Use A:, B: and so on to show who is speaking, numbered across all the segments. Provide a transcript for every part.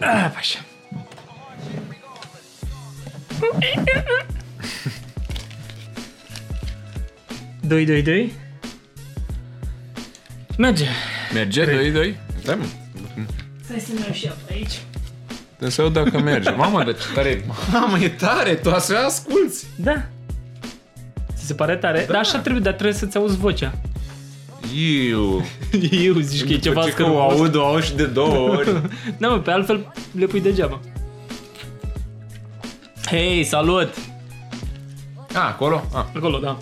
A: Ah, Așa. Doi, doi, doi. Merge.
B: Merge 2-2?
C: Da, mă.
A: Stai să merg și eu pe aici.
C: Să eu dacă merge. Mamă, dar ce tare... Mamă, e tare, tu așa asculți.
A: Da. Ți se pare tare? Da. Dar așa trebuie, dar trebuie să-ți auzi vocea.
C: Iu.
A: Eu zici că e ceva
C: După ce că o
A: scârbos.
C: aud, o aud și de două ori.
A: Da, mă, pe altfel le pui degeaba. Hei, salut!
C: A, acolo? A.
A: Acolo, da.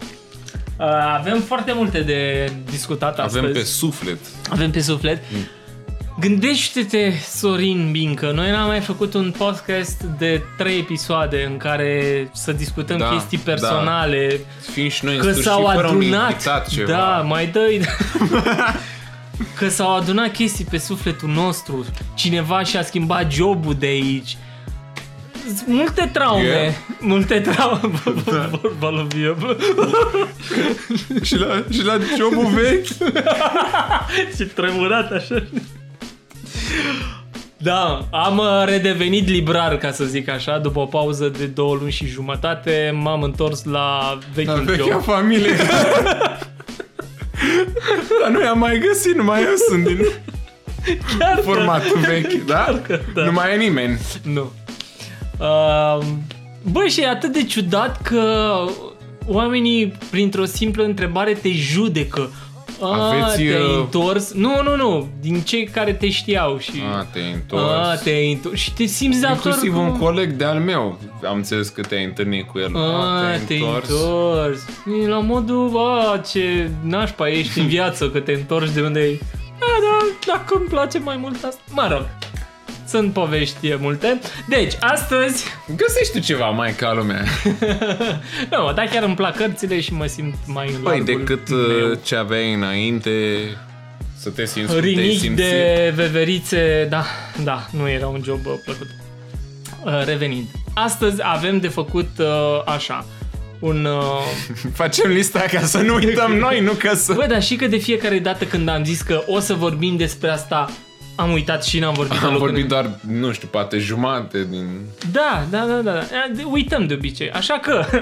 A: Uh, Avem foarte multe de discutat astăzi.
C: Avem pe suflet.
A: Avem pe suflet.
C: Mm.
A: Gândește-te, Sorin Bincă, noi n-am mai făcut un podcast de trei episoade în care să discutăm
C: Da,
A: chestii
C: da.
A: personale,
C: Fiind și noi în
A: că
C: sfârșit
A: s-au
C: fără un
A: adunat,
C: invitat ceva.
A: da, mai dă că s-au adunat chestii pe sufletul nostru, cineva și-a schimbat jobul de aici, S- multe traume,
C: Yeah.
A: multe traume,
C: Da.
A: vorba lui Viu.
C: și, la, și la jobul vechi.
A: Și tremurat așa. Da, am uh, redevenit librar, ca să zic așa, după o pauză de două luni și jumătate, m-am întors la
C: La
A: vechiul
C: vechea
A: job.
C: familie. Dar nu i-am mai găsit, nu mai eu sunt din
A: Chiar că-
C: formatul vechi, da?
A: da.
C: Nu mai e nimeni.
A: Nu. Uh, bă, și e atât de ciudat că oamenii, printr-o simplă întrebare, te judecă. A,
C: Aveți,
A: te-ai
C: uh,
A: întors? Nu, nu, nu, din cei care te știau și...
C: A, te-ai
A: A,
C: întors.
A: te-ai întors. Și te simți dator
C: Inclusiv
A: că-
C: un coleg de-al meu. Am înțeles că te-ai întâlnit cu el.
A: A, Ah, te-ai întors. E la modul, a, ce nașpa ești în viață, că te întorci de unde ai. Da, da, dacă îmi place mai mult asta. Mă rog, sunt povești multe. Deci, astăzi,
C: Găsești tu ceva mai ca lumea.
A: nu, mă, dar chiar îmi plac cărțile și mă simt mai în
C: Păi,
A: largul
C: decât
A: meu.
C: uh, ce aveai înainte, să te simți cum te-ai
A: Rinic
C: simțit.
A: de veverițe, da, da, nu era un job uh, plăcut. Uh, Revenind. Astăzi avem de făcut uh, așa, un... uh,
C: Facem lista ca să nu uităm noi, nu ca să...
A: Bă, dar și că de fiecare dată când am zis că o să vorbim despre asta, am uitat și n-am vorbit.
C: Am
A: deloc
C: vorbit
A: în-
C: doar, nu știu, poate jumate din...
A: Da, da, da, da. da. De- Uităm de obicei. Așa că...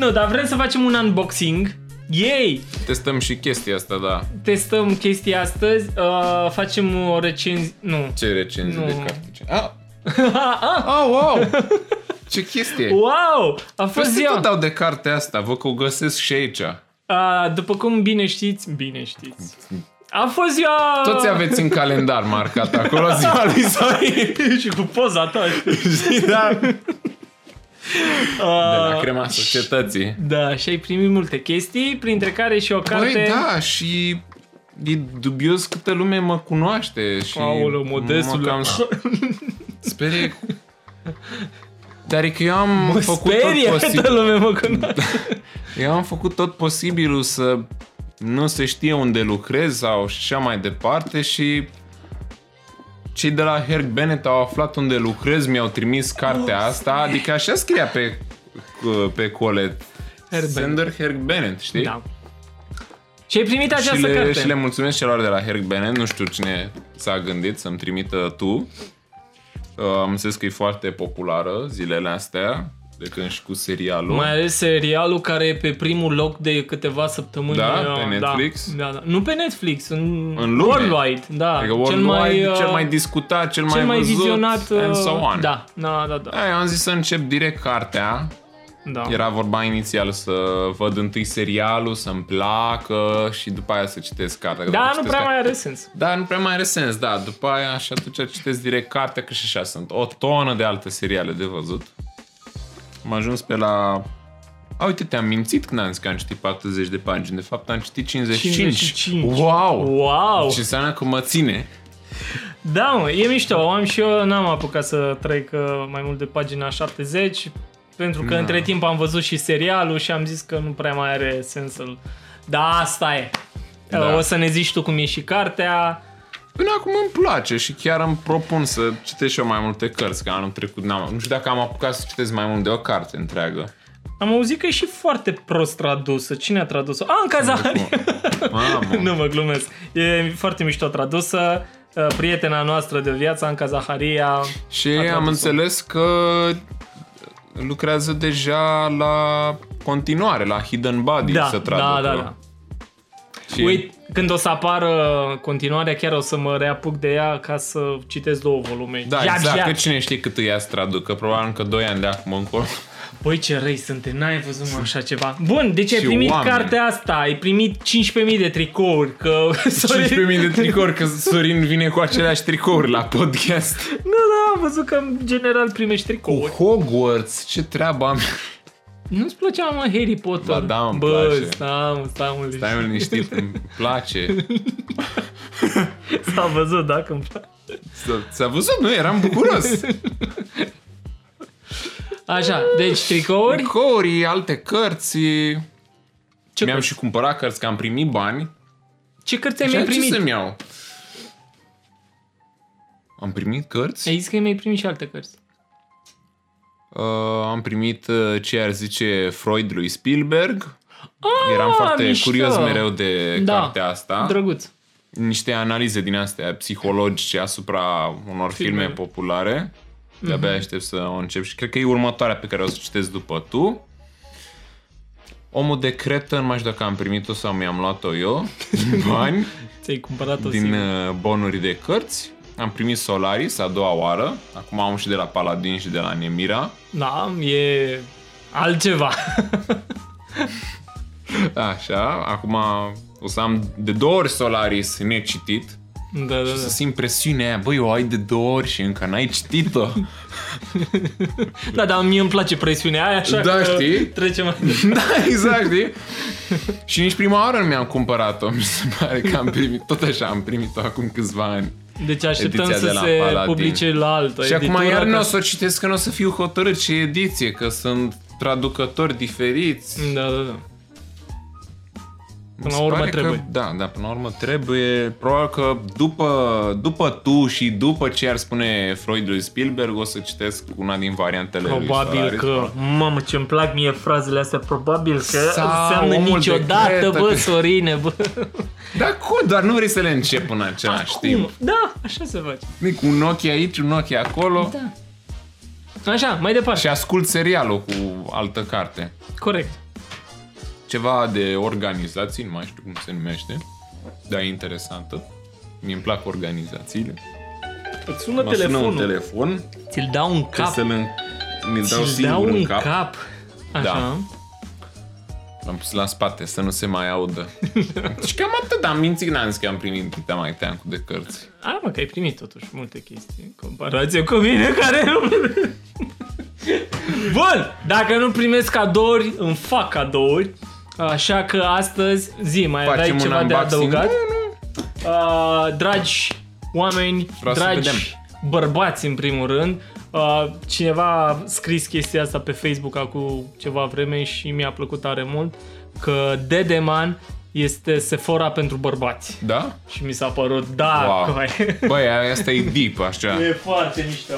A: nu, dar vrem să facem un unboxing. Yay!
C: Testăm și chestia asta, da.
A: Testăm chestia astăzi. Uh, facem o recenzie... Nu.
C: Ce recenzii
A: Nu.
C: de carte. Ah! ah, wow! Ce chestie!
A: Wow! A fost
C: Păi
A: ziua!
C: tot dau de cartea asta, vă că o găsesc și aici.
A: Uh, după cum bine știți... Bine știți. A fost ziua...
C: Toți aveți în calendar marcat acolo ziua lui Sorin.
A: și cu poza ta. știi?
C: Știi, da? De la
A: Uh,
C: crema societății.
A: Da, și ai primit multe chestii, printre care și o carte...
C: Băi, da, și e dubios câtă lume mă cunoaște și
A: Aoleu, modestule.
C: mă cam sperie. Dar e că eu am făcut
A: Sperie, da.
C: tot
A: toată
C: posibil.
A: lumea mă cunoaște.
C: Eu am făcut tot posibilul să nu se știe unde lucrez sau și așa mai departe și cei de la Herc Bennett au aflat unde lucrez, mi-au trimis cartea asta, adică așa scria pe, pe colet.
A: Herc Bennett.
C: Sender Herc Bennett, știi?
A: Da. Și ai primit această
C: și le,
A: carte.
C: Și le mulțumesc celor de la Herc Bennett, nu știu cine s-a gândit să-mi trimită tu. Uh, Am înțeles că e foarte populară zilele astea, de când și cu serialul.
A: Mai ales serialul care e pe primul loc de câteva săptămâni.
C: Da,
A: Eu-
C: pe Netflix?
A: Da, da, da. Nu pe Netflix, în,
C: În lume.
A: Worldwide, da.
C: Adică cel mai,
A: uh,
C: cel mai discutat, cel,
A: cel mai
C: văzut,
A: vizionat. uh,
C: and so on.
A: Da, da, da, da.
C: Aia, am zis să încep direct cartea.
A: da.
C: Era vorba inițial să văd întâi serialul, să-mi placă și după aia să citesc cartea. că
A: Da,
C: dacă
A: nu
C: citesc
A: prea mai
C: cartea-
A: are sens.
C: Da, nu prea mai are sens, da. După aia și atunci citesc direct cartea, că și așa sunt o tonă de alte seriale de văzut. Am ajuns pe la... A, uite, te-am mințit când am zis că am citit 40 de pagini. De fapt, am citit 55.
A: 55.
C: Wow!
A: Wow!
C: Ce înseamnă că mă ține.
A: Da, mă, e mișto. Am și eu, n-am apucat să trec uh, mai mult de pagina 70, pentru că între timp am văzut și serialul și am zis că nu prea mai are sens să-l... Da, asta e.
C: Da.
A: Da. O să ne zici tu cum e și cartea.
C: Până acum îmi place și chiar îmi propun să citesc și eu mai multe cărți, că anul trecut n-am... Nu știu dacă am apucat să citesc mai mult de o carte întreagă.
A: Am auzit că e și foarte prost tradusă. Cine a tradus-o? Anca Zahari!
C: Mamă!
A: nu mă glumesc. E foarte mișto tradusă. uh, prietena noastră de viață, Anca Zaharia.
C: Și
A: Atlantic
C: am
A: Sun.
C: înțeles că lucrează deja la continuare, la Hidden Body
A: Da,
C: să traducă.
A: da, da, da.
C: Și
A: Uite, când o să apară continuarea, chiar o să mă reapuc de ea ca să citesc două volume.
C: da,
A: Iap,
C: exact,
A: iap.
C: că cine știe cât îi ia să traducă, probabil încă 2 ani de acum încolo.
A: Băi, ce răi suntem, n-ai văzut mă așa ceva. Bun, deci ai
C: Și
A: primit
C: oameni.
A: cartea asta, ai primit 15.000 de tricouri, că...
C: 15.000 de tricouri, că Sorin vine cu aceleași tricouri la podcast.
A: Nu, da, am văzut că în general primești
C: Cu
A: tricouri.
C: Hogwarts, ce treabă am?
A: Nu-ți plăcea, mă, Harry Potter?
C: Ba da, îmi
A: Bă,
C: place.
A: stai, mă, stai, mă,
C: Stai mă liniștit, îmi place.
A: S-a văzut, da, când...
C: S-a- S-a văzut? Nu, eram bucuros.
A: Așa, deci tricouri.
C: Tricouri, alte cărți.
A: Ce,
C: Mi-am
A: cărți?
C: și cumpărat cărți, că am primit bani.
A: ce cărți ai
C: Și
A: mai
C: am ce
A: primit?
C: să-mi iau? Am primit cărți?
A: Ai zis că ai mai primit și alte cărți.
C: Uh, am primit uh, ce ar zice Freud lui Spielberg.
A: Ah,
C: Eram foarte
A: mișto.
C: curios mereu de
A: Da.
C: cartea asta.
A: Drăguț.
C: Niște analize din astea psihologice asupra unor filme,
A: Filme.
C: filme populare. De-abia aștept să o încep și cred că e următoarea pe care o să o citesc după tu. Omul de cretă, nu mai știu dacă am primit-o sau mi-am luat-o eu, din bani,
A: Ți-ai cumpărat-o
C: din
A: singur.
C: uh, bonuri de cărți. Am primit Solaris a doua oară, acum am și de la Paladin și de la Nemira.
A: Da, e altceva.
C: Așa, acum o să am de două ori Solaris necitit.
A: da, da,
C: O să
A: da.
C: simt presiunea aia, băi, o ai de două ori și încă n-ai citit-o.
A: Da, dar mie îmi place presiunea aia, așa
C: Da,
A: că
C: știi?
A: trecem mai
C: da, exact, știi? și nici prima oară nu mi-am cumpărat-o, mi se pare că am primit, tot așa, am primit-o acum câțiva ani.
A: Deci așteptăm
C: Ediția de
A: să
C: la
A: se
C: Paladin.
A: publice la altă
C: și acum
A: editură
C: iar
A: Păi ca
C: nu o
A: să-
C: să o citesc, că nu o să fiu hotărât ce ediție, că sunt traducători diferiți.
A: Da, da, da.
C: Mi
A: Până la
C: se
A: urmă
C: pare
A: trebuie.
C: Că, da, da, până la urmă trebuie. Probabil că după, după tu și după ce ar spune Freud lui Spielberg, o să citesc una din variantele lui
A: Probabil
C: Solaris. da.
A: că, mamă ce-mi plac mie frazele astea, probabil că
C: Sau
A: înseamnă
C: omul de
A: niciodată,
C: cretă
A: bă,
C: că-
A: Sorine, bă.
C: Da, cum? Doar nu vrei să le încep în același timp.
A: Da, așa se face.
C: Nu-i Cu un ochi aici, un ochi acolo
A: Da. Așa, mai departe.
C: și ascult serialul cu altă carte.
A: Corect.
C: Ceva de organizații, nu mai știu cum se numește, dar e interesantă. Mi îmi plac organizațiile.
A: Îți sună
C: Mă sună un
A: telefonul.
C: telefon,
A: Ți-l dau în
C: trebuie
A: cap.
C: să-l în... mi-l dau
A: Ți-l dau
C: singur
A: în
C: în cap.
A: cap. Așa.
C: Da. L-am pus la spate să nu se mai audă. și cam atât, am mințit, n-am zis că am primit câte mai team cu de cărți.
A: A, mă, că ai primit totuși multe chestii în comparație cu mine care nu... Bun, dacă nu primesc cadouri, îmi fac cadouri. Așa că astăzi, zi, mai aveai
C: Facem un
A: ceva de
C: unboxing.
A: adăugat?
C: Nu, nu.
A: Uh, dragi oameni,
C: Vreau să
A: dragi
C: vedem.
A: bărbați în primul rând, uh, cineva a scris chestia asta pe Facebook acum ceva vreme și mi-a plăcut tare mult, că Dedeman este Sephora pentru bărbați.
C: Da?
A: Și mi s-a părut, da,
C: Wow.
A: coi.
C: Băi, asta e deep, așa.
A: E foarte mișto.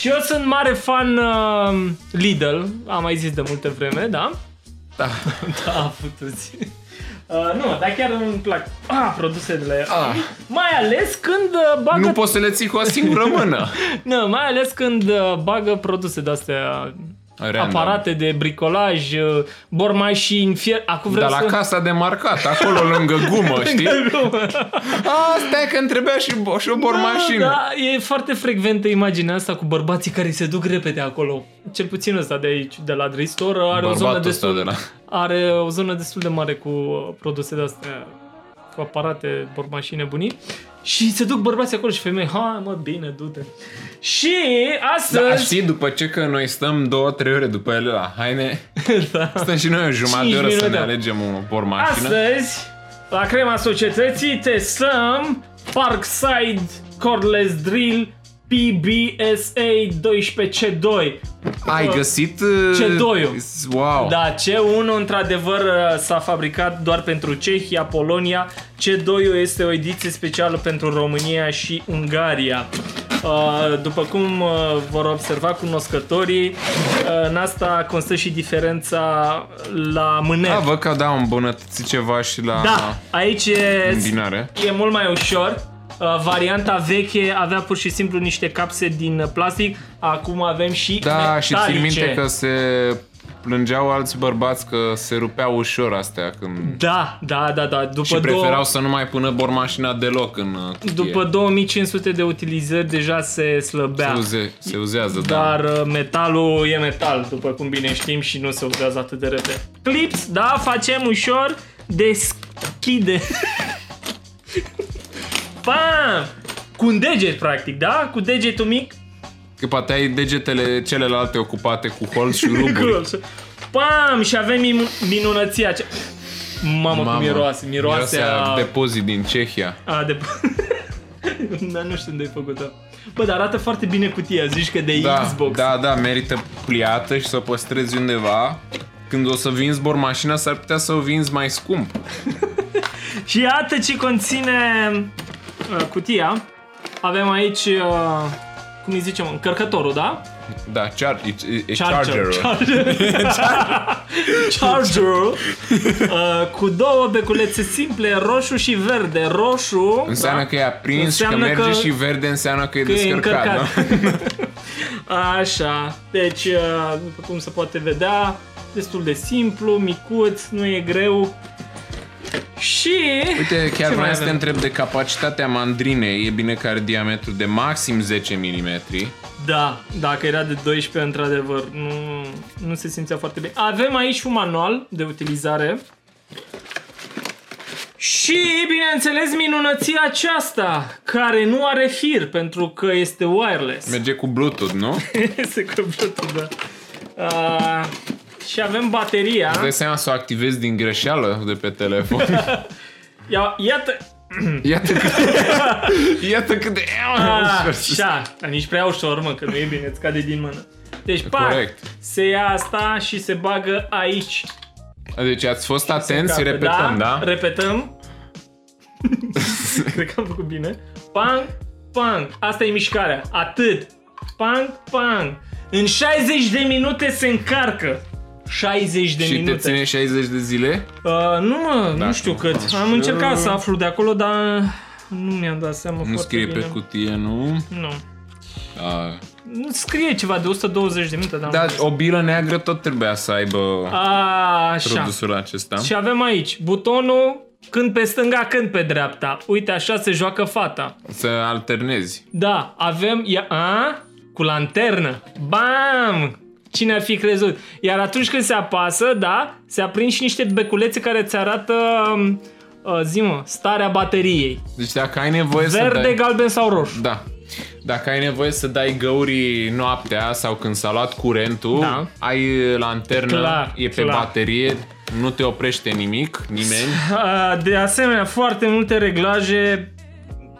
A: Și eu sunt mare fan uh, Lidl, am mai zis de multe vreme, da?
C: Da.
A: Da, putuți. Uh, nu, dar chiar îmi plac ah, produsele de la el.
C: Ah.
A: Mai ales când uh, bagă...
C: Nu poți să le ții cu o singură mână.
A: Nu, mai ales când uh, bagă produse de-astea
C: Random.
A: aparate de bricolaj, uh, bor mașini, fier... Acum vreau
C: Dar Da, la
A: să... Da.
C: casa de marcat, acolo lângă gumă, știi? A, stai că îmi trebuia și, bo- și o bormașină.
A: Da, e foarte frecventă imaginea asta cu bărbații care se duc repede acolo. Cel puțin ăsta de aici, de la Dristor, are o zonă
C: Bărbatul
A: destul
C: ăsta de la...
A: are o zonă destul de mare cu uh, produse de astea, cu aparate, bormașini nebunii. Și se duc bărbații acolo și femei, ha, mă, bine, du-te. Și
C: Da,
A: astăzi...
C: știi, după ce că noi stăm două, trei ore după ele la haine,
A: Da.
C: stăm și noi o jumătate
A: Cinci
C: de oră să
A: minute.
C: ne alegem o bormașină.
A: Astăzi, la crema societății, testăm Parkside Cordless Drill PBSA 12C2.
C: Ai găsit... uh,
A: C2-ul.
C: Wow.
A: Da, C1 într-adevăr s-a fabricat doar pentru Cehia, Polonia. C2 este o ediție specială pentru România și Ungaria. Uh, După cum uh, vor observa cunoscătorii, uh, în asta constă și diferența la mâner.
C: Da, văd că da, îmbunătățit ceva și la
A: Da, aici e,
C: combinare.
A: e mult mai ușor. Uh, varianta veche avea pur și simplu niște capse din uh, plastic, acum avem și
C: Da, și țin
A: metalice.
C: minte că se plângeau alți bărbați că se rupeau ușor astea când...
A: Da, da, da, da. După
C: Și preferau
A: două...
C: să nu mai pună bormașina deloc în uh, cutie.
A: După 2500 de utilizări deja se slăbea.
C: se, uze, se uzează, da.
A: Dar uh, metalul e metal, după cum bine știm și nu se uzează atât de repede. Clips, da, facem ușor, deschide. Pam! Cu un deget, practic, da? Cu degetul mic.
C: Că poate ai degetele celelalte ocupate cu holt și ruburi.
A: Gros. Pam! Și avem min- minunăția ce... Mamă, Mamă, cum miroase. Miroase, a... De...
C: depozit din Cehia.
A: a de... Dar nu știu unde ai făcut-o. Bă, dar arată foarte bine cutia, zici că de
C: Da,
A: Xbox.
C: da, da, merită pliată și să o păstrezi undeva. Când o să vinzi bormașina, s-ar putea să o vinzi mai scump.
A: Și iată ce conține uh, cutia. Avem aici, uh, cum îi zicem, încărcătorul, da?
C: Da, char- e, e, e chargerul.
A: Charger. Chargerul. Uh, cu două beculețe simple, roșu și verde. Roșu
C: Înseamnă
A: da?
C: că e aprins
A: Înseamnă
C: și că merge
A: că-
C: și verde, înseamnă că e
A: că e
C: descărcat,
A: încărcat.
C: nu?
A: Așa, deci, uh, după cum se poate vedea, destul de simplu, micuț, nu e greu. Și...
C: Uite,
A: Ce
C: chiar
A: mai
C: vreau să te
A: avem?
C: întreb de capacitatea mandrinei. E bine că are diametru de maxim 10 mm.
A: Da, dacă era de 12, într-adevăr, nu, nu se simțea foarte bine. Avem aici un manual de utilizare. Și, bineînțeles, minunăția aceasta, care nu are fir, pentru că este wireless.
C: Merge cu Bluetooth, nu?
A: Este cu Bluetooth, da. A, și avem bateria.
C: Îți dai seama să o activezi din greșeală de pe telefon.
A: Ia, iată...
C: Iată cât, Iată cât de...
A: Ah. Așa, dar nici prea ușor, mă, că nu e bine, îți cade din mână. Deci, pac,
C: Corect.
A: se ia asta și se bagă aici.
C: Deci ați fost atenți,
A: Capă,
C: repetăm, da?
A: Repetăm. Cred că am făcut bine. Pang, pang. Asta e mișcarea. Atât. Pang, pang. În 60 de minute se încarcă. 60 de
C: Și
A: minute.
C: te ține 60 de zile?
A: Uh, nu mă,
C: Da,
A: nu știu
C: nu,
A: cât.
C: așa.
A: Am încercat să aflu de acolo, dar nu mi-am dat seama
C: Nu
A: foarte
C: scrie
A: bine.
C: pe cutie, nu?
A: Nu.
C: Da.
A: Nu Scrie ceva de 120 de minute, dar...
C: Dar Da, o bilă neagră tot trebuia să aibă
A: A, așa.
C: produsul acesta.
A: Și avem aici butonul când pe stânga, când pe dreapta. Uite, așa se joacă fata.
C: Să alternezi.
A: Da, avem... Ia, a? Cu lanternă. Bam! Cine ar fi crezut? Iar atunci când se apasă, da, se aprind și niște beculețe care ți arată, um, uh, zi mă, starea bateriei.
C: Deci dacă ai nevoie să
A: Verde,
C: dai...
A: galben sau roșu.
C: Da. Dacă ai nevoie să dai găurii noaptea sau când s-a luat curentul,
A: Da.
C: ai lanternă,
A: Clar,
C: e pe
A: clar.
C: baterie, nu te oprește nimic, nimeni.
A: Uh, De asemenea, foarte multe reglaje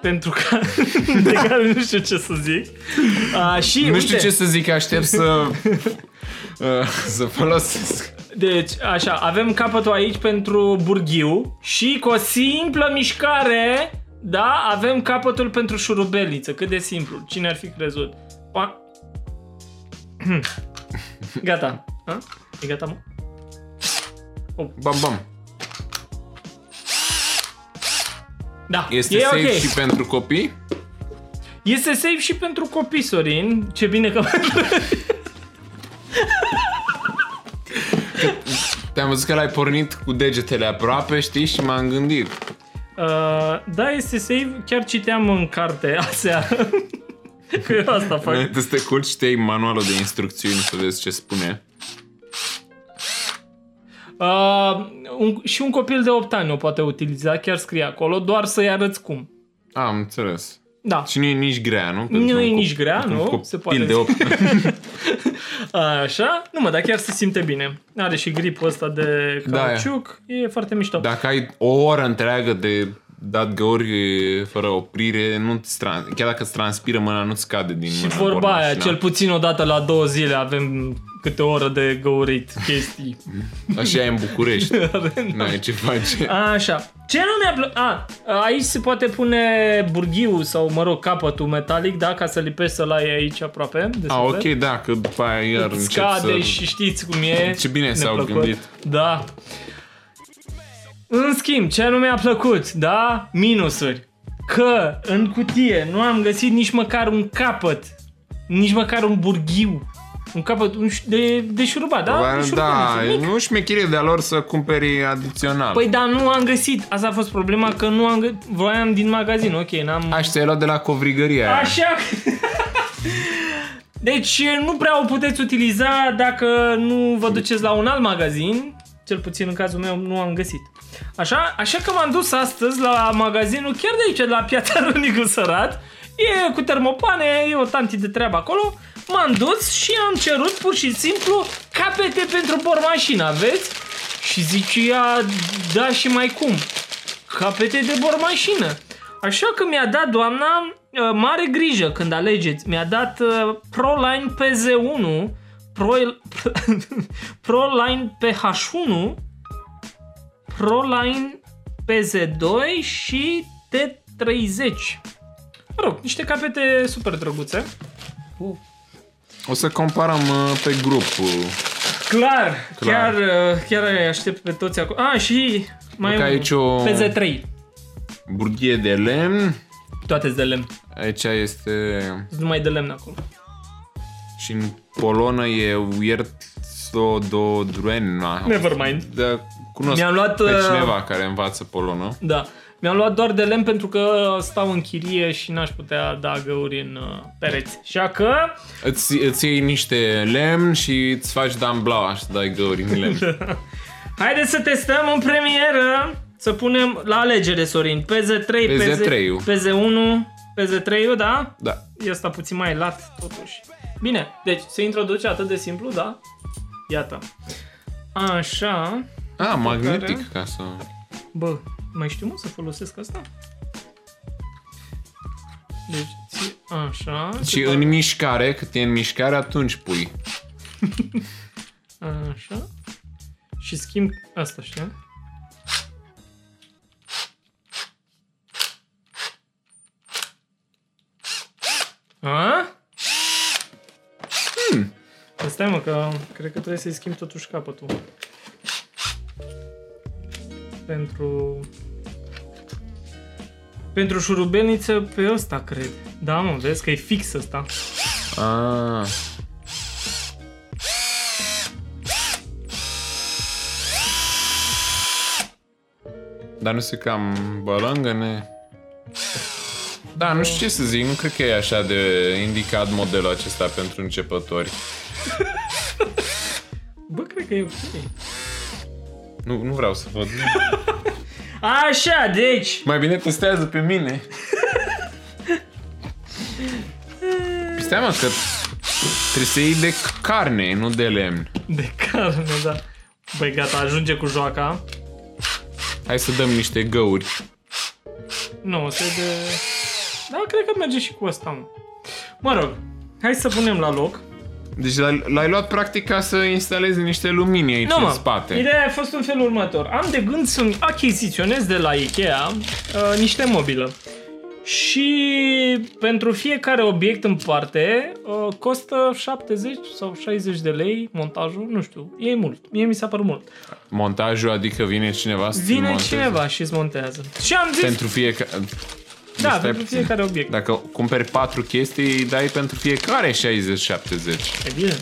A: pentru că de care nu știu ce să zic. Uh, și
C: Nu
A: uite,
C: știu ce să zic, aștept să uh, să folosesc.
A: Deci, așa, avem capătul aici pentru burghiu și cu o simplă mișcare, da, avem capătul pentru șurubeliță. Cât de simplu. Cine ar fi crezut? Pa... Gata. A? E gata, mă?
C: Bam, bam.
A: Da,
C: Este
A: e
C: safe
A: ok.
C: și pentru copii?
A: Este safe și pentru copii, Sorin. Ce bine că... Uh,
C: Te-am văzut că l-ai pornit cu degetele aproape, știi, și m-am gândit.
A: Uh, da, este safe. Chiar citeam în carte aseară. Că eu asta fac.
C: Înainte să te culci, știi manualul de instrucțiuni să vezi ce spune.
A: Uh, un, și un copil de 8 ani o poate utiliza, chiar scrie acolo, doar să-i arăți cum.
C: Am înțeles.
A: Da.
C: Și nu e nici grea, nu? Pentru
A: Nu
C: un
A: e
C: cop-
A: nici grea,
C: pentru un
A: nu?
C: Copil
A: Se poate
C: de 8
A: Așa? Nu mă, dar chiar se simte bine. Are și gripul ăsta de
C: Da, e. Da,
A: cauciuc. e foarte mișto.
C: Dacă ai o oră întreagă de dat găuri fără oprire, nu trans- chiar dacă îți transpiră mâna, nu-ți cade din
A: și
C: mână.
A: vorba aia,
C: bormașina.
A: cel puțin o dată la două zile avem câte o oră de găurit chestii.
C: Așa e în București.
A: Avem-
C: N-ai ce face.
A: Așa. Ce nu mi-a plăcut? A, aici se poate pune burghiu sau, mă rog, capătul metalic, da? Ca să lipești să-l ai aici aproape. De
C: A,
A: suflet.
C: ok, da, că după aia iar
A: Îți
C: încep
A: scade
C: să...
A: și știți cum e.
C: Ce bine s-au
A: Neplăcut.
C: gândit.
A: Da. În schimb, ce nu mi-a plăcut, da? Minusuri. că în cutie nu am găsit nici măcar un capăt, nici măcar un burghiu, un capăt un ș- de, de șurubat, da?
C: Da,
A: De
C: da,
A: șurubat, nu știu, nimic.
C: nu șmechirie de-a lor să cumperi adițional.
A: Păi da, nu am găsit. Asta a fost problema că nu am găsit. Voiam din magazin, ok, n-am...
C: Aș ți-ai luat de la covrigăria aia.
A: Așa. Deci nu prea o puteți utiliza dacă nu vă duceți la un alt magazin. Cel puțin în cazul meu nu am găsit. Așa, așa că m-am dus astăzi la magazinul chiar de aici, de la Piața Rânicu Sărat. E cu termopane, e o tanti de treabă acolo. M-am dus și am cerut pur și simplu capete pentru bormașină, aveți? Și zice ea, da și mai cum capete de bormașină. Așa că mi-a dat doamna uh, mare grijă când alegeți. Mi-a dat uh, Proline PZ1, Pro, Proline PH1, Proline PZ2 și T30. Mă rog, niște capete super drăguțe. Uh.
C: O să comparăm uh, pe grup. uh,
A: Clar, Chiar,
C: Clar.
A: uh, chiar îi aștept pe toți acolo. Ah, și mai
C: Uite
A: e
C: aici o-
A: PZ3.
C: Burghie de lemn.
A: Toate de lemn.
C: Aici este...
A: Sunt numai de lemn acolo.
C: Și în polonă e Wiertododruena.
A: Never mind.
C: Da, cunosc
A: Mi-am luat,
C: pe
A: uh,
C: cineva care învață polonă.
A: Da. Mi-am luat doar de lemn pentru că stau în chirie și n-aș putea da găuri în uh, pereți. Așa că
C: Îți, îți iei niște lemn și îți faci damblaua și dai găuri în lemn.
A: haideți să testăm în premieră, să punem la alegere, Sorin. PZ3,
C: PZ3-ul.
A: PZ1, PZ3-ul, da?
C: da.
A: E asta puțin mai lat, totuși. Bine, deci se introduce atât de simplu, da? Iată. Așa.
C: A, Ah, magnetic ca să...
A: Bă, mai știu mă să folosesc asta? Deci, ți- așa.
C: Și
A: se
C: în mișcare, cât e în mișcare, atunci pui.
A: Așa. Și schimb asta, știi? A? Hmm. Stai mă, că cred că trebuie să-i schimb totuși capătul. Pentru... Pentru șurubelniță pe ăsta, cred. Da, mă, vezi că e fix ăsta.
C: Ah. Dar nu se cam balangăne? Da, nu știu ce să zic, nu cred că e așa de indicat modelul acesta pentru începători.
A: Bă, cred că e ok.
C: Nu, nu vreau să văd.
A: Așa, deci...
C: Mai bine testează pe mine. Păi Stai mă, că trebuie să iei de carne, nu de lemn.
A: De carne, da. Băi, gata, ajunge cu joaca.
C: Hai să dăm niște găuri.
A: Nu, se de... Da, cred că merge și cu asta, mă. Mă rog, hai să punem la loc.
C: Deci l-ai, l-ai luat practic ca să instalezi niște lumini aici
A: Nu,
C: în
A: mă,
C: spate.
A: ideea a fost în felul următor. Am de gând să-mi achiziționez de la Ikea uh, niște mobilă. Și pentru fiecare obiect în parte uh, costă 70 sau 60 de lei montajul, nu știu, e mult, mie mi s-a părut mult.
C: Montajul, adică vine cineva să
A: Vine
C: monteze
A: cineva și îți montează. Și am zis,
C: Pentru fiecare...
A: da,
C: Stai
A: pentru
C: puțin.
A: fiecare obiect.
C: Dacă cumperi patru chestii, îi dai pentru fiecare 60-70.
A: E bine.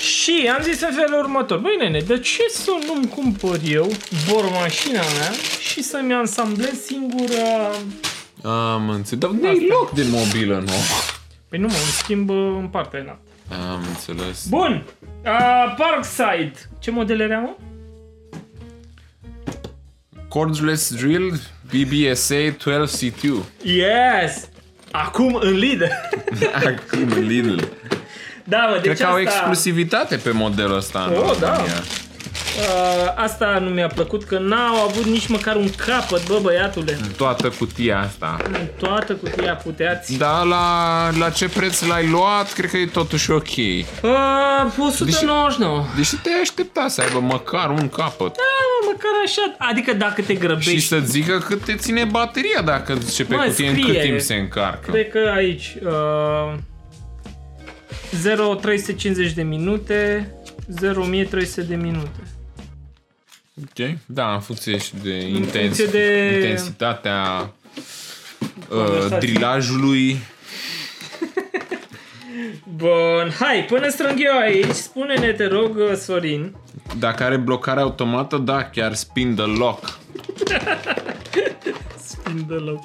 A: Și am zis în felul următor, băi nene, de ce să nu-mi cumpăr eu bormașina mea și să-mi ansamblez singur... uh,
C: Am înțeles. Dar nu-i loc de mobilă nouă.
A: Păi nu mă, îmi schimb uh, în partea aia.
C: Am înțeles.
A: Bun, uh, Parkside. Ce modele era, mă?
C: Cordless Drill BBSA 12C2.
A: Yes! Acum în Lidl.
C: Acum Lidl.
A: da, mă, deci
C: Cred că
A: asta...
C: au exclusivitate pe modelul ăsta. în
A: Oh,
C: România.
A: da. Uh, asta nu mi-a plăcut, că n-au avut nici măcar un capăt, bă, băiatule.
C: Toată cutia asta.
A: În toată cutia puteați.
C: Da, la, la ce preț l-ai luat, cred că e totuși ok.
A: Uh, 199.
C: Deși te aștepta Deci să aibă măcar un capăt.
A: Da, mă, măcar așa. Adică dacă te grăbești,
C: Și să zică cât te ține bateria dacă zice pe
A: Mă,
C: cutie în cât
A: scrie. Păi-
C: timp se încarcă.
A: cred că Da. aici uh, 0 350 de minute, 0 1300 de minute.
C: Ok. Da, în funcție și de, intensi-
A: funcție de-
C: intensitatea uh,
A: Conversații.
C: drilajului.
A: Bun, hai, până strâng eu aici, spune-ne, te rog, uh, Sorin.
C: Dacă are blocare automată, da, chiar spin the lock.
A: Spin deloc.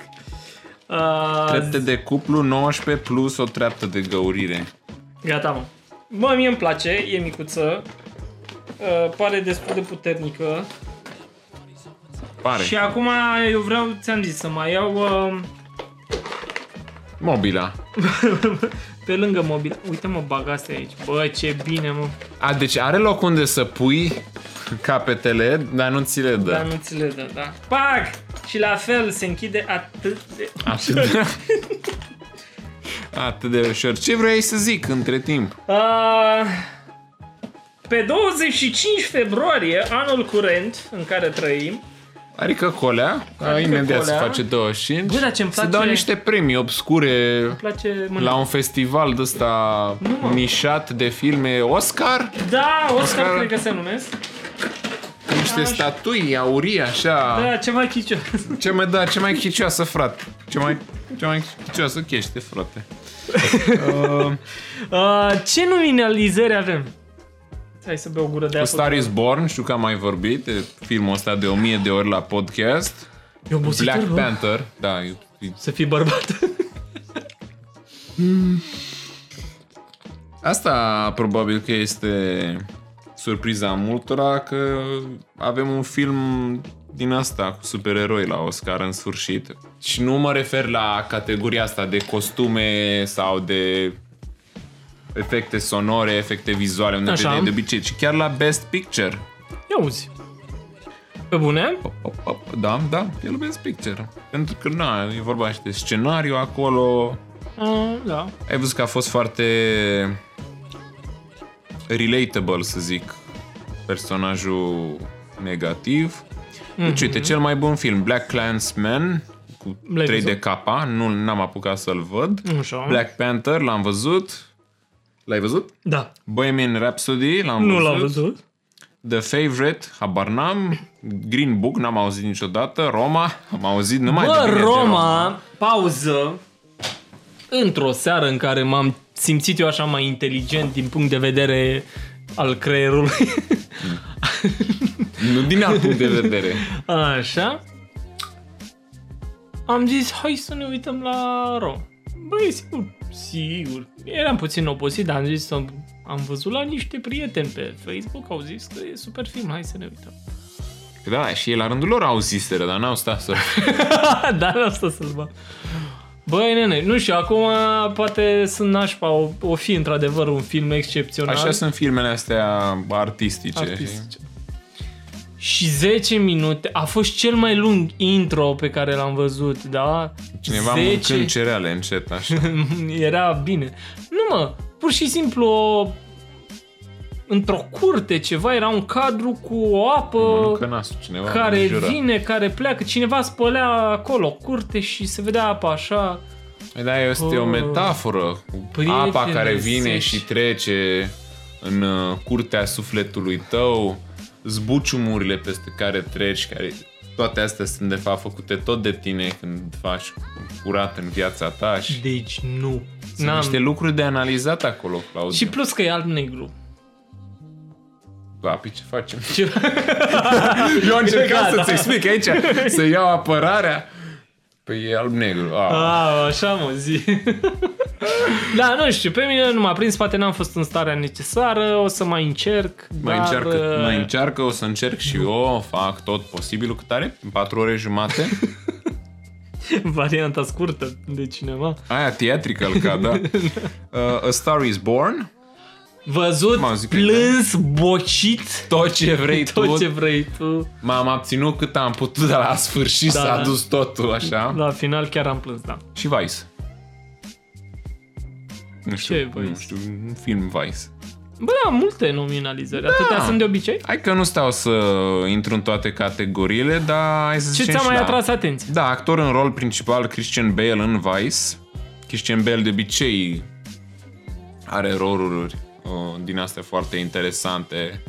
A: Uh,
C: Trepte de cuplu 19 plus o treaptă de găurire.
A: Gata, mă. Bă, mie îmi place, e micuță. Uh, pare destul de puternică.
C: Pare.
A: Și acum eu vreau, ți-am zis, să mai iau uh,
C: Mobila.
A: pe lângă mobil. Uite mă, bag astea aici. Bă, ce bine, mă.
C: A, deci are loc unde să pui capetele, dar nu ți le dă.
A: Dar nu ți le dă, da. Pac! Și la fel se închide atât de...
C: Atât de... Atât de ușor. Ce vrei să zic între timp?
A: Uh, pe 25 februarie, anul curent în care trăim,
C: Adică colea, adică
A: Adică
C: imediat
A: colea.
C: se face 25.
A: Bă, dar ce-mi
C: se
A: place-
C: dau niște premii obscure
A: place mâna.
C: la un festival de ăsta
A: Nu, mă.
C: nișat de filme Oscar,
A: Da, Oscar, Da.
C: Oscar-
A: cred că se numesc.
C: niște
A: Da, Așa.
C: statui aurii așa.
A: Da, ceva chicios.
C: Ce mai da, ce mai chicioasă, frate. Ce mai ce mai chicioasă chestie, frate. uh,
A: Uh, ce nominalizări avem? Hai să beau o gură de
C: cu
A: apă.
C: Star is Born, știu că am mai vorbit de filmul ăsta de 1000 de ori la podcast.
A: E obositor,
C: Black
A: bă.
C: Panther, da, e, e
A: Să fii bărbat.
C: Asta probabil că este surpriza multora că avem un film din asta cu supereroi la Oscar în sfârșit. Și nu mă refer la categoria asta de costume sau de efecte sonore, efecte vizuale, unde
A: Așa.
C: vedeai de obicei, ci chiar la Best Picture.
A: Ia uzi. Pe bune?
C: Op, op, op, Da, da, e la Best Picture. Pentru că, na, e vorba și de scenariu acolo,
A: Uh, da.
C: Ai văzut că a fost foarte relatable, să zic, personajul negativ.
A: Mhm.
C: Deci, uite, cel mai bun film, Black Clansman, cu
A: L-ai
C: 3 de
A: văzut?
C: capa, nu n-am apucat să-l văd.
A: Așa.
C: Black Panther, l-am văzut. L-ai văzut?
A: Da.
C: Bohemian Rhapsody, l-am
A: Nu
C: văzut.
A: l-am văzut.
C: The Favorite, habar n-am. Green Book, n-am auzit niciodată. Roma, am auzit numai de
A: Bă,
C: bine de
A: Roma, pauză. Într-o seară în care m-am simțit eu așa mai inteligent din punct de vedere al creierului.
C: Nu din alt punct de vedere.
A: Așa. Am zis, hai să ne uităm la Ro. Băi, sigur, sigur. Eram puțin obosit, dar am zis, să- am văzut la niște prieteni pe Facebook, au zis că e super film, hai să ne uităm.
C: Da, și ei la rândul lor au zis, dar n-au stat să
A: da, asta să-l bat. Băi, nene, nu știu, acum poate sunt nașpa, o, o fi într-adevăr un film excepțional.
C: Așa sunt filmele astea artistice.
A: Artistice. Și 10 minute, a fost cel mai lung intro pe care l-am văzut, da?
C: Cineva 10... mâncând cereale încet, așa.
A: Era bine. Nu mă, pur și simplu o... într-o curte ceva, era un cadru cu o apă
C: Mănâncă nasul cineva.
A: care
C: în jură.
A: vine, care pleacă, cineva spălea acolo curte și se vedea apa așa.
C: Păi Da, este o metaforă. cu
A: Prietene,
C: apa care vine
A: zeci.
C: și trece în uh, curtea sufletului tău, zbuciumurile peste care treci, care toate astea sunt de fapt făcute tot de tine când faci curat în viața ta și
A: Deci nu.
C: sunt niște lucruri de analizat acolo, Claudiu.
A: Și
C: Și...
A: plus că e alb-negru.
C: Papi, ce Da, facem?
A: Ce-
C: Eu am încercat
A: Da,
C: să-ți
A: da.
C: explic aici, să iau apărarea. Păi e alb-negru. A,
A: A, așa mă zi. da, nu știu, pe mine nu m-a prins, poate n-am fost în starea necesară, o să mai încerc.
C: mai,
A: dar,
C: încearcă,
A: uh,
C: mai încearcă, o să încerc și eu, fac tot posibilul. Cât are? 4 ore jumate?
A: Varianta scurtă de cineva.
C: Aia theatrical ca, da? Uh, A Star is Born.
A: Văzut,
C: M-am zis că e
A: plâns, bocit,
C: Tot ce vrei
A: tot
C: tu.
A: ce vrei tu.
C: M-am abținut cât am putut, dar la sfârșit
A: Da.
C: s-a dus totul, așa.
A: La final chiar am plâns, da.
C: Și Vice. Nu știu,
A: Ce Vice?
C: nu știu, un film Vice.
A: Bă, da, multe nominalizări,
C: Da.
A: atâtea sunt de obicei.
C: Hai că nu stau să intru în toate categoriile, dar hai să
A: Ce
C: zicem
A: ți-a
C: și
A: mai
C: la...
A: atras atenția?
C: Da, actor în rol principal Christian Bale în Vice. Christian Bale de obicei are roluri uh, din astea foarte interesante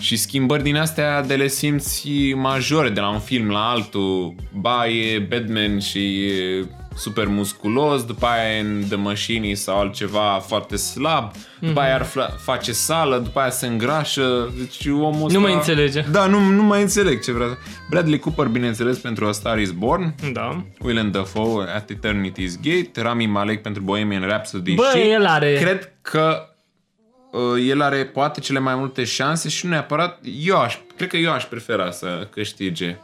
C: și schimbări din astea de le simți majore de la un film la altul. Ba e Batman și e super musculos, după aia e în The Machine sau altceva foarte slab, după aia ar fla- face sală, după aia se îngrașă, deci omul ăsta...
A: Nu mai înțelege.
C: Da, nu, nu mai înțeleg ce vrea să... Bradley Cooper, bineînțeles, pentru A Star is Born,
A: Da.
C: Willem Dafoe at Eternity's Gate, Rami Malek pentru Bohemian Rhapsody
A: Bă,
C: Păi și
A: el are-
C: cred că uh, el are poate cele mai multe șanse și nu neapărat eu aș, cred că eu aș prefera să câștige.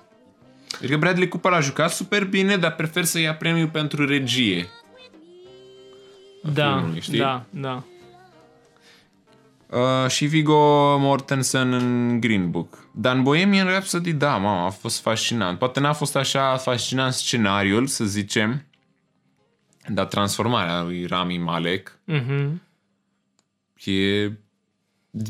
C: Adică Bradley Cooper a jucat super bine, dar prefer să ia premiul pentru regie.
A: Da,
C: filmului, știi?
A: da, da.
C: Uh, și Vigo Mortensen în Green Book. Dar în Bohemian Rhapsody, da, mama, a fost fascinant. Poate n-a fost așa fascinant scenariul, să zicem, dar transformarea lui Rami Malek
A: Mhm.
C: E,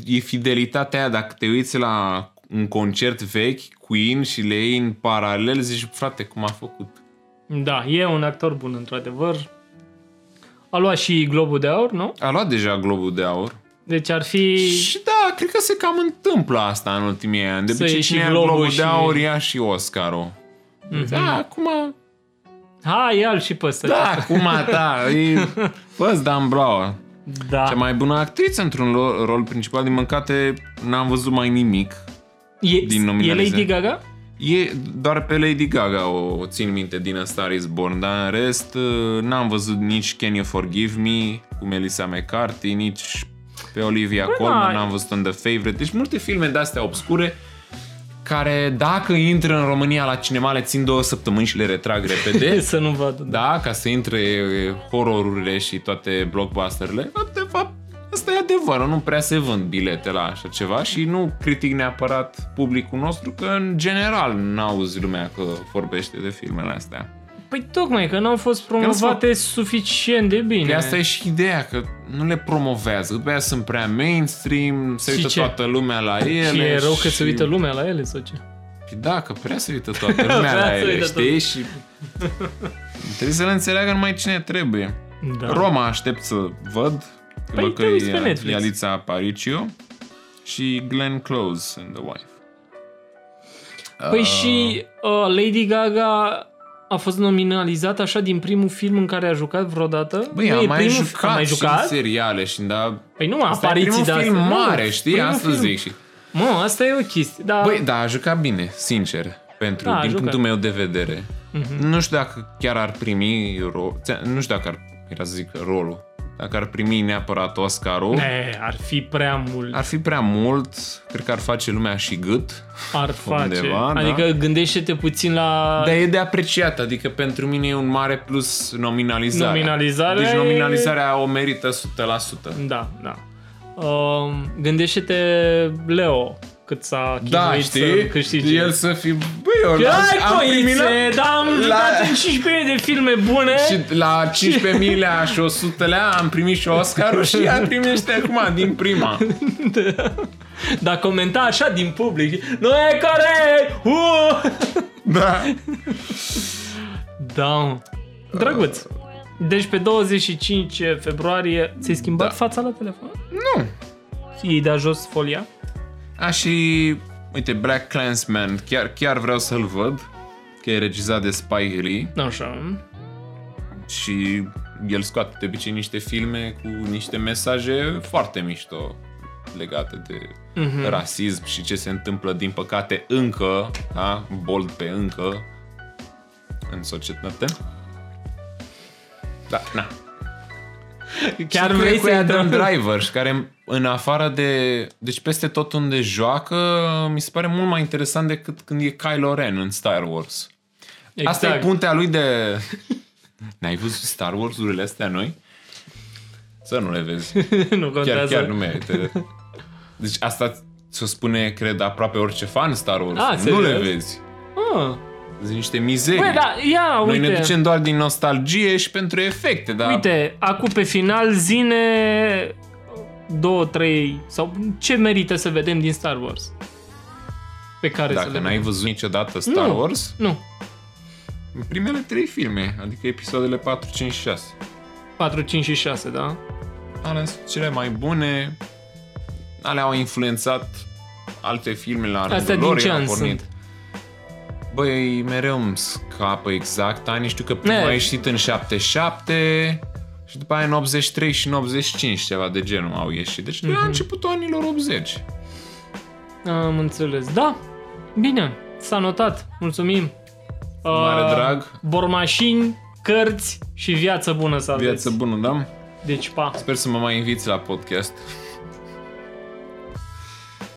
C: e fidelitatea aia, dacă te uiți la un concert vechi, Queen și le iei în paralel, zici, frate, cum a făcut?
A: Da, e un actor bun, într-adevăr. A luat și Globul de Aur, nu?
C: A luat deja Globul de Aur.
A: Deci ar fi...
C: Și da, cred că se cam întâmplă asta în ultimii ani. De
A: Să
C: obicei
A: iei și
C: cine ia
A: Globul
C: Globul de
A: și- Mhm.
C: Aur ia și Oscarul. Da, acum...
A: Ha, e al și pe ăsta.
C: Da, acum, da. E... Bă, Dan Brower.
A: da.
C: Cea mai bună actriță într-un lo- rol principal. Din mâncate, n-am văzut mai nimic.
A: e,
C: din
A: e
C: nominalizare.
A: Lady Gaga?
C: E doar pe Lady Gaga o, o țin minte din A Star is Born, dar în rest uh, n-am văzut nici Can You Forgive Me cu Melissa McCarthy, nici pe Olivia Colman,
A: da.
C: n-am văzut în The Favourite. Deci multe filme de-astea obscure care dacă intră în România la cinema le țin două săptămâni și le retrag repede.
A: Să nu vadă.
C: da, ca să intre e, hororurile și toate blockbusterele. Dar, De fapt, asta e adevărul, nu prea se vând bilete la așa ceva și nu critic neapărat publicul nostru că în general n-auzi lumea că vorbește de filmele astea.
A: Păi tocmai că n-au fost promovate suficient de bine.
C: De asta e și ideea, că nu le promovează. După aia sunt prea mainstream, se
A: Și
C: uită
A: ce?
C: toată lumea la ele.
A: și e rău că
C: și-
A: se uită lumea la ele sau ce?
C: Păi Da, că prea se uită toată lumea
A: Prea
C: la
A: se
C: ele,
A: uită
C: știi? Și trebuie să le înțeleagă numai cine trebuie.
A: Da.
C: Roma aștept să văd.
A: Păi,
C: Văd
A: te uiți pe Netflix.
C: Ialița Aparicio și Glenn Close and the Wife.
A: Păi și uh, Lady Gaga a fost nominalizată așa din primul film în care a jucat vreodată?
C: Băi,
A: Nu
C: am
A: e
C: mai
A: primul-
C: jucat,
A: a mai
C: și în
A: jucat?
C: seriale și da...
A: Păi nu,
C: Asta e
A: apariții
C: primul
A: de
C: film
A: astea.
C: mare,
A: Nu,
C: știi?
A: primul
C: Asta
A: film.
C: zic și...
A: Mă, asta e o chestie, dar...
C: Băi, da, a jucat bine, sincer, pentru,
A: Da, a
C: din
A: jucat. Mhm.
C: punctul meu de vedere. Nu știu dacă chiar ar primi... Ro- ți- nu știu dacă ar... Era să zic rolul. Dacă ar primi neapărat Oscarul,
A: Ne, Eh, ar fi prea mult.
C: ar fi prea mult, cred că ar face lumea și gât.
A: Ar face.
C: Undeva, da.
A: adică gândește-te puțin la...
C: Dar e de apreciat, adică pentru mine e un mare plus nominalizarea.
A: Nominalizarea
C: Deci
A: e-
C: nominalizarea o merită 100%.
A: Da, da. Um, gândește-te Leo cât s-a
C: Da,
A: chinuit
C: știi?
A: să câștige.
C: El să fi... Băi, eu
A: Hai,
C: am, am primit
A: coițe, dar am
C: la-
A: jucat în 15 de filme bune.
C: și la 15.000-lea și 100-lea am primit și Oscarul și ea primește acum din prima.
A: Dar comenta așa din public. Nu e corect! Uh!
C: Da.
A: Da. mă. Drăguț. Deci pe 25 februarie ți-ai schimbat
C: Da.
A: fața la telefon?
C: Nu.
A: Iei de jos folia?
C: A, și... Uite, Black Clansman, chiar, chiar vreau să-l văd, că e regizat de Spike Lee.
A: Așa.
C: și el scoate de obicei niște filme cu niște mesaje foarte mișto legate de
A: Mhm.
C: mm-hmm. rasism și ce se întâmplă din păcate încă, da? bold pe încă în societate. Da, na.
A: Chiar
C: Și
A: vrei
C: cred că
A: să
C: e Adam
A: intrăm?
C: Driver, și care în afară de... Deci peste tot unde joacă, mi se pare mult mai interesant decât când e Kylo Ren în Star Wars.
A: Exact.
C: Asta e puntea lui de... N-ai văzut Star Wars-urile astea noi? Să nu le vezi.
A: Da, nu
C: Chiar,
A: contează.
C: chiar nu merită. Deci asta ți-o spune, cred, aproape orice fan Star Wars.
A: Ah,
C: nu le
A: serios?
C: vezi.
A: Ah.
C: Sunt niște mizerii.
A: Băi, da, ia,
C: Noi
A: uite.
C: ne ducem doar din nostalgie și pentru efecte, dar...
A: Uite, acum pe final zine două, trei sau ce merită să vedem din Star Wars? Pe care să
C: dacă
A: le
C: n-ai
A: vedem.
C: văzut niciodată Star
A: Nu.
C: Wars,
A: Nu,
C: primele trei filme, adică episoadele 4, 5 și 6.
A: 4, 5 și 6, da?
C: Alea sunt cele mai bune. Alea au influențat alte filme la
A: Astea
C: rândul
A: din
C: lor.
A: ce
C: i-au
A: an
C: pornit.
A: sunt?
C: Băi, mereu îmi scapă exact anii. Știu că
A: Ne.
C: prima a ieșit în 77 și după aia în 83 și în 85 ceva de genul au ieșit. Deci
A: Mhm.
C: de la începutul anilor 80.
A: Am înțeles. Da, bine, s-a notat. Mulțumim.
C: Mare
A: Ah,
C: drag.
A: Bormașini, cărți și viață bună să aveți.
C: Viață bună, da?
A: Deci, pa.
C: Sper să mă mai inviți la podcast.